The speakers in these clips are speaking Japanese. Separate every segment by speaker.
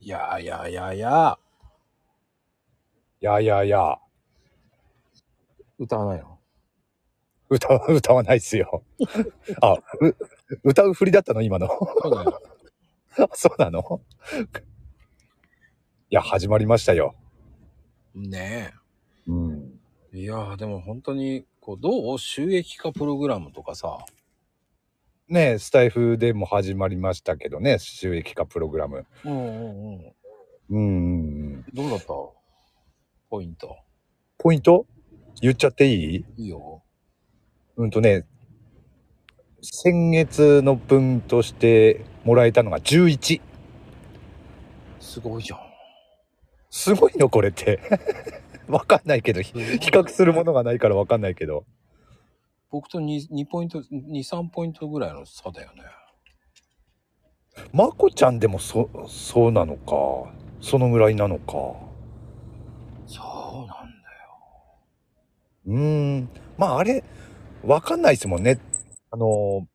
Speaker 1: やーやーやーや
Speaker 2: やーやーやー。
Speaker 1: ー。歌わないの
Speaker 2: 歌は、 歌わないっすよ。あ、う、歌う振りだったの今の。
Speaker 1: そうだよ。
Speaker 2: あそうなのいや、始まりましたよ。
Speaker 1: ね
Speaker 2: うん。
Speaker 1: え。いやー、でも本当に、こう、どう収益化プログラムとかさ。
Speaker 2: ねえスタイフでも始まりましたけどね、収益化プログラム。
Speaker 1: うんうんうん。
Speaker 2: うんうんうん。
Speaker 1: どうだったポイント。
Speaker 2: ポイント言っちゃっていい
Speaker 1: いいよ。
Speaker 2: うんとね、先月の分としてもらえたのが11。
Speaker 1: すごいじゃん。
Speaker 2: すごいのこれって。 わかんないけど、比
Speaker 1: 比
Speaker 2: 較するものがないからわかんないけど。
Speaker 1: 僕と 2, 2ポイント、2、3ポイントぐらいの差だよね。
Speaker 2: まこちゃんでもそ、そうなのか。そのぐらいなのか。
Speaker 1: そうなんだよ。
Speaker 2: うーん。まああれ、わかんないですもんね。あのー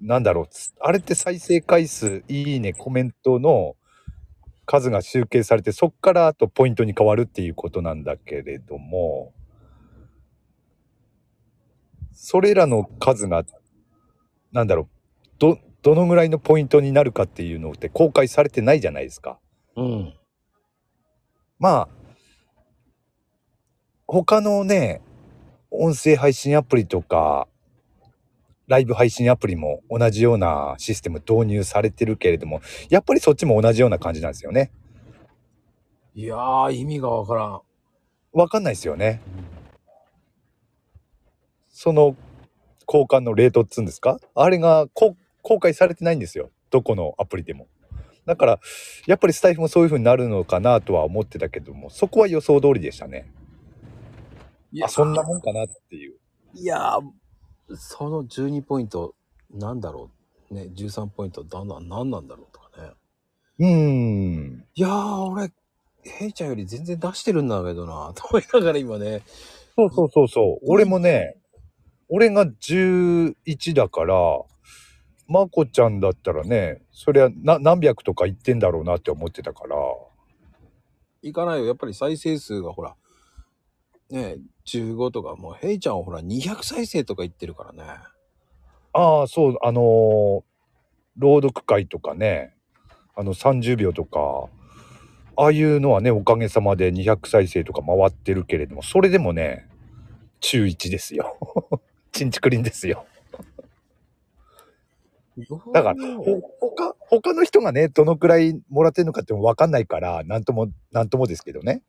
Speaker 2: なんだろう。つあれって再生回数、いいね、コメントの数が集計されて、そっからあとポイントに変わるっていうことなんだけれども、それらの数が、なんだろう。ど、どのぐらいのポイントになるかっていうのって公開されてないじゃないですか。
Speaker 1: うん。
Speaker 2: まあ、他のね、音声配信アプリとか、ライブ配信アプリも同じようなシステム導入されてるけれども、やっぱりそっちも同じような感じなんですよね。
Speaker 1: いやー、意味がわからん。
Speaker 2: わかんないですよね。その交換のレートっつうんですかあれがこ公開されてないんですよ。どこのアプリでも。だから、やっぱりスタイフもそういう風になるのかなとは思ってたけども、そこは予想通りでしたね。
Speaker 1: い
Speaker 2: あ、そんなもんかなっていう。
Speaker 1: いやー、その12ポイント、なんだろう。ね、13ポイント、だんだん何なんだろうとかね。
Speaker 2: うーん。
Speaker 1: いやー、俺、ヘイちゃんより全然出してるんだけどな、 と思いながら今ね。
Speaker 2: そうそうそうそう。俺もね、俺が11だから、まこちゃんだったらね、そりゃな何百とか言ってんだろうなって思ってたから。
Speaker 1: いかないよ。やっぱり再生数がほら、ね、15とか、もうヘイちゃんはほら200再生とか言ってるからね。
Speaker 2: ああ、そう、あのー朗読会とかね、あの30秒とか、ああいうのはね、おかげさまで200再生とか回ってるけれども、それでもね、中1ですよ。 ちんちくりんですよ。だから
Speaker 1: よー
Speaker 2: ほ他他の人がねどのくらいもらってるのかっても分かんないからなんともなんともですけどね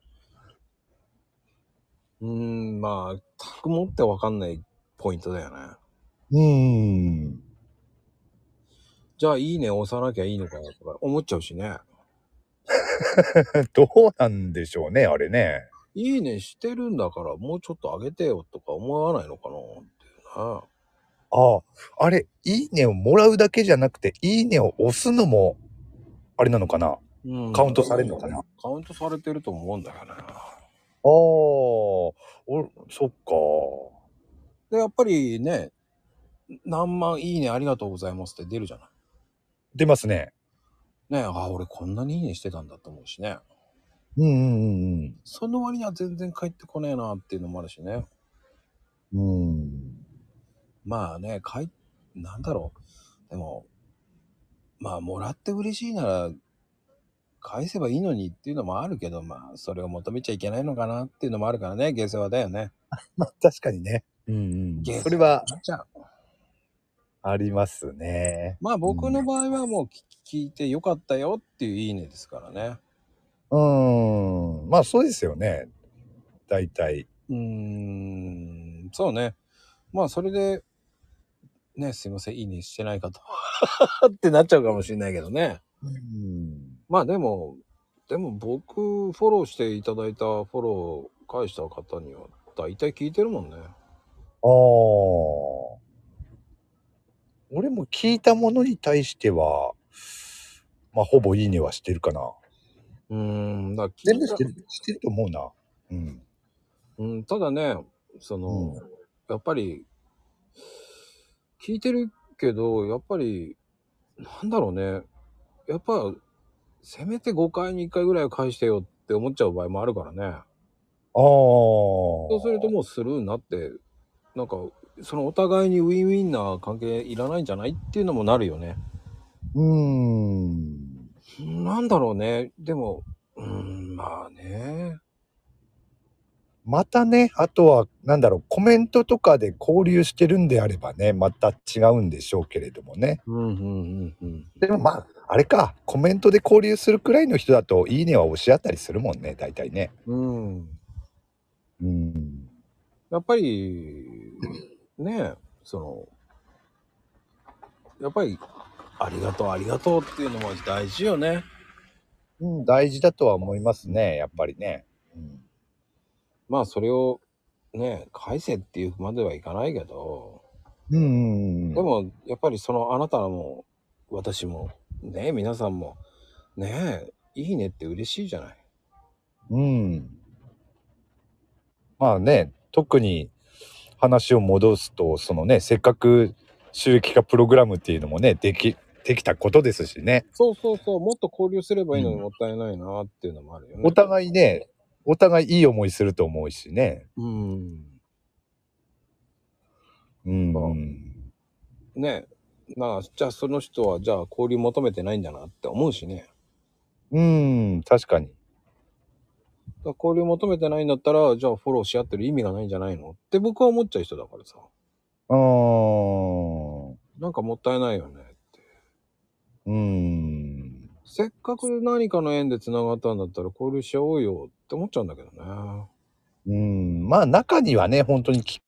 Speaker 1: うーん、まあ、たくもってわかんないポイントだよね。
Speaker 2: うーん
Speaker 1: じゃあ、いいね押さなきゃいいのかなとか思っちゃうしね。
Speaker 2: どうなんでしょうねあれね
Speaker 1: いいねしてるんだから、もうちょっと上げてよとか思わないのかなって
Speaker 2: あああれ「いいね」をもらうだけじゃなくて「いいね」を押すのもあれなのかな
Speaker 1: いうね。うん
Speaker 2: カウントされるのかな、あ
Speaker 1: カウントされてると思うんだよね。
Speaker 2: あおそっか
Speaker 1: で、やっぱりね、何万いいねありがとうございますって出るじゃない。
Speaker 2: 出ますね
Speaker 1: ねえあ、俺こんなにいいねしてたんだと思うしね。
Speaker 2: うんうんうん
Speaker 1: その割には全然返ってこねえなっていうのもあるしね。
Speaker 2: うんうん
Speaker 1: まあね、返っ、なんだろう。でも、まあ、もらって嬉しいなら、返せばいいのにっていうのもあるけど、まあ、それを求めちゃいけないのかなっていうのもあるからね、下世話だよね。
Speaker 2: まあ確かにねうん
Speaker 1: ゲーム
Speaker 2: それは
Speaker 1: じゃあ、
Speaker 2: ありますね
Speaker 1: まあ僕の場合はもう聞聞いてよかったよっていういいねですからね。
Speaker 2: うーん。まあそうですよね。大体。
Speaker 1: うーん、そうね。まあそれで、ね、すいません、いいねしてないかと。 ってなっちゃうかもしれないけどね。
Speaker 2: うん。
Speaker 1: まあでも、でも僕、フォローしていただいたフォロー返した方には、大体聞いてるもんね。
Speaker 2: ああ。俺も聞いたものに対しては、まあほぼいいねはしてるかな。
Speaker 1: うーん、だから
Speaker 2: 全
Speaker 1: 聞
Speaker 2: 部
Speaker 1: い
Speaker 2: して
Speaker 1: た
Speaker 2: る、してると思うな。うん。
Speaker 1: うん、ただね、その、
Speaker 2: うん
Speaker 1: やっぱり、聞いてるけど、やっぱり、なんだろうね。やっぱ、せめて5回に1回ぐらいは返してよって思っちゃう場合もあるからね。
Speaker 2: ああ。
Speaker 1: そうすると
Speaker 2: う。
Speaker 1: もうスルーになって、なんか、そのお互いにウィンウィンな関係いらないんじゃないっていうのもなるよね。
Speaker 2: ーん。
Speaker 1: なんだろうね。でも、うーん、まあね。
Speaker 2: またね、あとは、なんだろう、コメントとかで交流してるんであればね、また違うんでしょうけれどもね。
Speaker 1: うんうんうんうん。
Speaker 2: でもまあ、あれか、コメントで交流するくらいの人だと、いいねは押し合ったりするもんね、大体ね。
Speaker 1: うん。
Speaker 2: うん。
Speaker 1: やっぱり、ねえ、その、やっぱり、ありがとう、ありがとうっていうのも大事よね。
Speaker 2: うん、大事だとは思いますね、やっぱりね。うん、
Speaker 1: まあ、それを、ねえ、返せっていうまではいかないけど、
Speaker 2: うんうんうん、
Speaker 1: でも、やっぱりその、あなたも、私も、ねえ、皆さんも、ねえ、いいねって嬉しいじゃない。
Speaker 2: うん。まあね、特に話を戻すと、そのね、せっかく収益化プログラムっていうのもね、でき、できたことですしね。
Speaker 1: そうそうそう、もっと交流すればいいのにもったいないなっていうのもあるよね。
Speaker 2: お互いね、お互いいい思いすると思うしね。
Speaker 1: うん。
Speaker 2: うん。
Speaker 1: そうねえ、なあ、じゃあその人は、じゃあ交流求めてないんだなって思うしね。
Speaker 2: うん、確かに。
Speaker 1: だから交流求めてないんだったら、じゃあフォローし合ってる意味がないんじゃないのって僕は思っちゃう人だからさ。
Speaker 2: うーん。
Speaker 1: なんかもったいないよねって。
Speaker 2: うん。
Speaker 1: せっかく何かの縁で繋がったんだったら交流しようよって思っちゃうんだけどね。
Speaker 2: うん。まあ中にはね、本当にき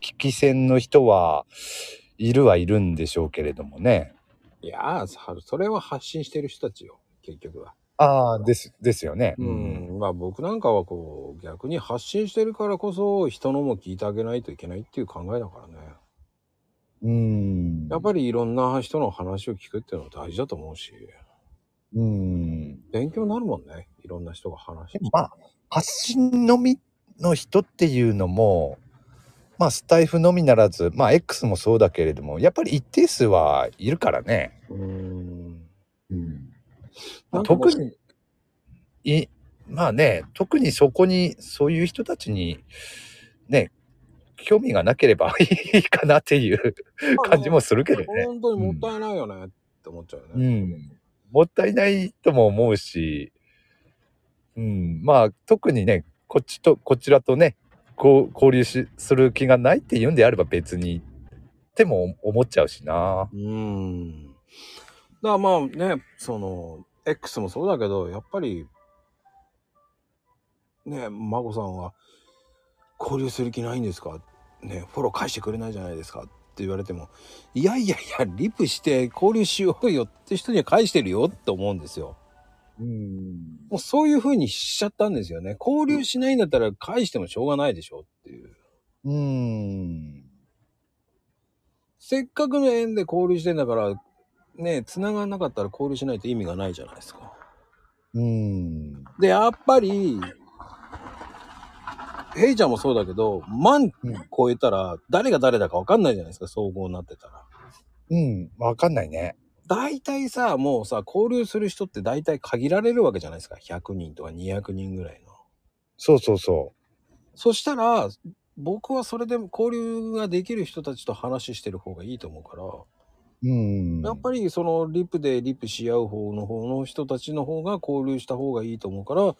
Speaker 2: 危機戦の人はいるはいるんでしょうけれどもね。
Speaker 1: いやあ、さそれは発信してる人たちよ、結局は。
Speaker 2: ああ、です、ですよね。
Speaker 1: うん、まあ僕なんかはこう、逆に発信してるからこそ人のも聞いてあげないといけないっていう考えだからね。
Speaker 2: うん。
Speaker 1: やっぱりいろんな人の話を聞くっていうのは大事だと思うし、
Speaker 2: うん。
Speaker 1: 勉強になるもんね。いろんな人が話して。
Speaker 2: まあ、発信のみの人っていうのも、まあ、スタイフのみならず、まあ、X もそうだけれども、やっぱり一定数はいるからね。
Speaker 1: うん。
Speaker 2: う
Speaker 1: なん
Speaker 2: ん、
Speaker 1: かもう
Speaker 2: 特に、い、まあね、特にそこに、そういう人たちに、ね、興味がなければ いいかなっていう
Speaker 1: まあね
Speaker 2: 感じもするけどね。
Speaker 1: 本当にもったいないよねって思っちゃうよ
Speaker 2: う
Speaker 1: ね。
Speaker 2: ん、もったいないとも思うし、うん、まあ特にねこっちとこちらとねこう交流しする気がないっていうんであれば別にっても思っちゃうしな。
Speaker 1: うん。だからまあね、その、X もそうだけど、やっぱり、ね、マコさんは、交流する気ないんですかね、フォロー返してくれないじゃないですかって言われても、いやいやいや、リプして交流しようよって人には返してるよって思うんですよ。
Speaker 2: うん、
Speaker 1: もうそういう風にしちゃったんですよね。交流しないんだったら返してもしょうがないでしょっていう。
Speaker 2: うん、
Speaker 1: せっかくの縁で交流してんだから、ね、繋がんなかったら交流しないと意味がないじゃないですか。
Speaker 2: うん、
Speaker 1: で、やっぱり、ヘイちゃんもそうだけど、万超えたら誰が誰だかわかんないじゃないですか、総合になってたら。
Speaker 2: うん、わかんないね。
Speaker 1: 大体さ、もうさ、交流する人って大体限られるわけじゃないですか。100人とか200人ぐらいの。
Speaker 2: そうそうそ
Speaker 1: そしたら、僕はそれでも交流ができる人たちと話してる方がいいと思うから、
Speaker 2: う。うん、
Speaker 1: やっぱりそのリプでリプし合う方の方の人たちの方が交流した方がいいと思うから、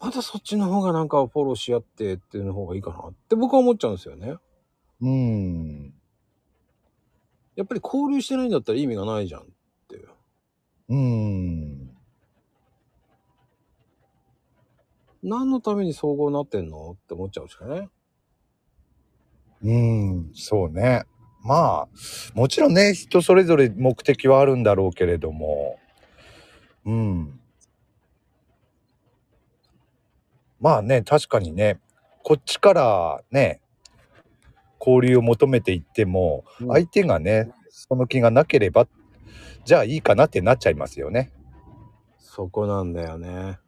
Speaker 1: またそっちの方がなんかフォローし合ってっていうの方がいいかなって僕は思っちゃうんですよね。
Speaker 2: うん、
Speaker 1: やっぱり交流してないんだったら意味がないじゃんっていう。
Speaker 2: うん、
Speaker 1: 何のために総合になってんのって思っちゃうしかね。
Speaker 2: うん、そうね。まあ、もちろんね、人それぞれ目的はあるんだろうけれども、うん。まあね、確かにね、こっちからね、交流を求めていっても、
Speaker 1: うん
Speaker 2: 相手がね、その気がなければ、じゃあいいかなってなっちゃいますよね。
Speaker 1: そこなんだよね。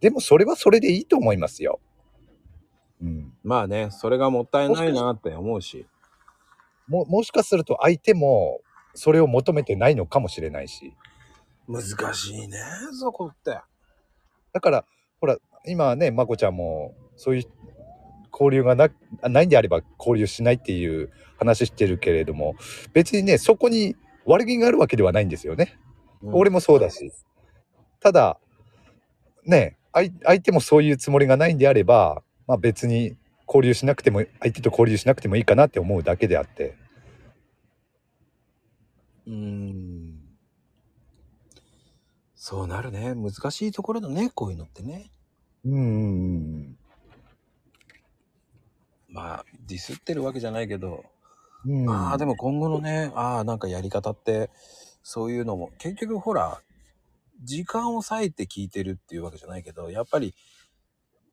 Speaker 2: でもそれはそれでいいと思いますよ。うん。
Speaker 1: まあね、それがもったいないなって思うし。
Speaker 2: も、もしかすると相手も、それを求めてないのかもしれないし。
Speaker 1: 難しいね、そこって。
Speaker 2: だから、ほら、今ね、まこちゃんも、そういう交流がなあないんであれば交流しないっていう話してるけれども、別にね、そこに悪気があるわけではないんですよね。俺
Speaker 1: も。
Speaker 2: もそうだし。ただ、ね、相相手もそういうつもりがないんであれば、まあ別に交流しなくても、相手と交流しなくてもいいかなって思うだけであって。
Speaker 1: うーん。そうなるね。難しいところだね、こういうのってね。
Speaker 2: うんうんうん
Speaker 1: まあ、ディスってるわけじゃないけど、
Speaker 2: うん。うん。
Speaker 1: ああ、でも今後のね、ああ、なんかやり方って、そういうのも、結局ほら、時間を割いて聞いてるっていうわけじゃないけど、やっぱり、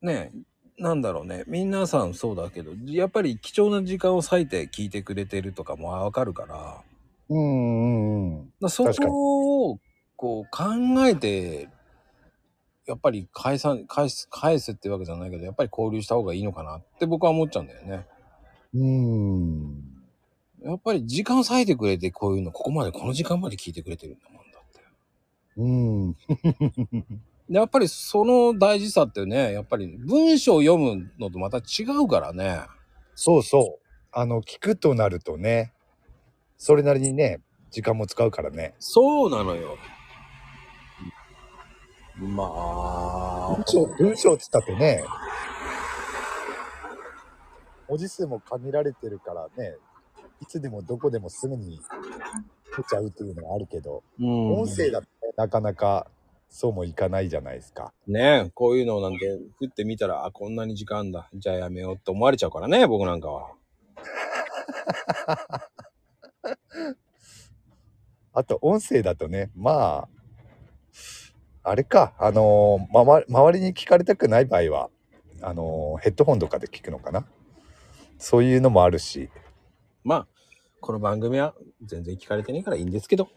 Speaker 1: ね、なんだろうね、皆さんそうだけど、やっぱり貴重な時間を割いて聞いてくれてるとかもわかるから、だか
Speaker 2: うんうんうん。
Speaker 1: らそ
Speaker 2: 確かに
Speaker 1: こを、こう考えて、やっぱり返さん、返す、返すってわけじゃないけど、やっぱり交流した方がいいのかなって僕は思っちゃうんだよね。
Speaker 2: うん。
Speaker 1: やっぱり時間を割いてくれて、こういうの、ここまで、この時間まで聞いてくれてるんだもんだって。
Speaker 2: うん。
Speaker 1: でやっぱりその大事さってね、やっぱり文章を読むのとまた違うからね。
Speaker 2: そうそう。あの、聞くとなるとね、それなりにね、時間も使うからね。
Speaker 1: そうなのよ。まあ、
Speaker 2: 文章、文章っつったってね、文字数も限られてるからね、いつでもどこでもすぐに出ちゃうというのがあるけど、
Speaker 1: うん
Speaker 2: 音声だとねなかなかそうもいかないじゃないですか。
Speaker 1: ねこういうのなんて振ってみたら、あ、こんなに時間だ。じゃあやめようって思われちゃうからね、僕なんかは。
Speaker 2: あと、音声だとね、まあ、あれか、あのーまわ、周りに聞かれたくない場合は、あのーヘッドホンとかで聞くのかな。そういうのもあるし。
Speaker 1: まあ、この番組は全然聞かれてないからいいんですけど。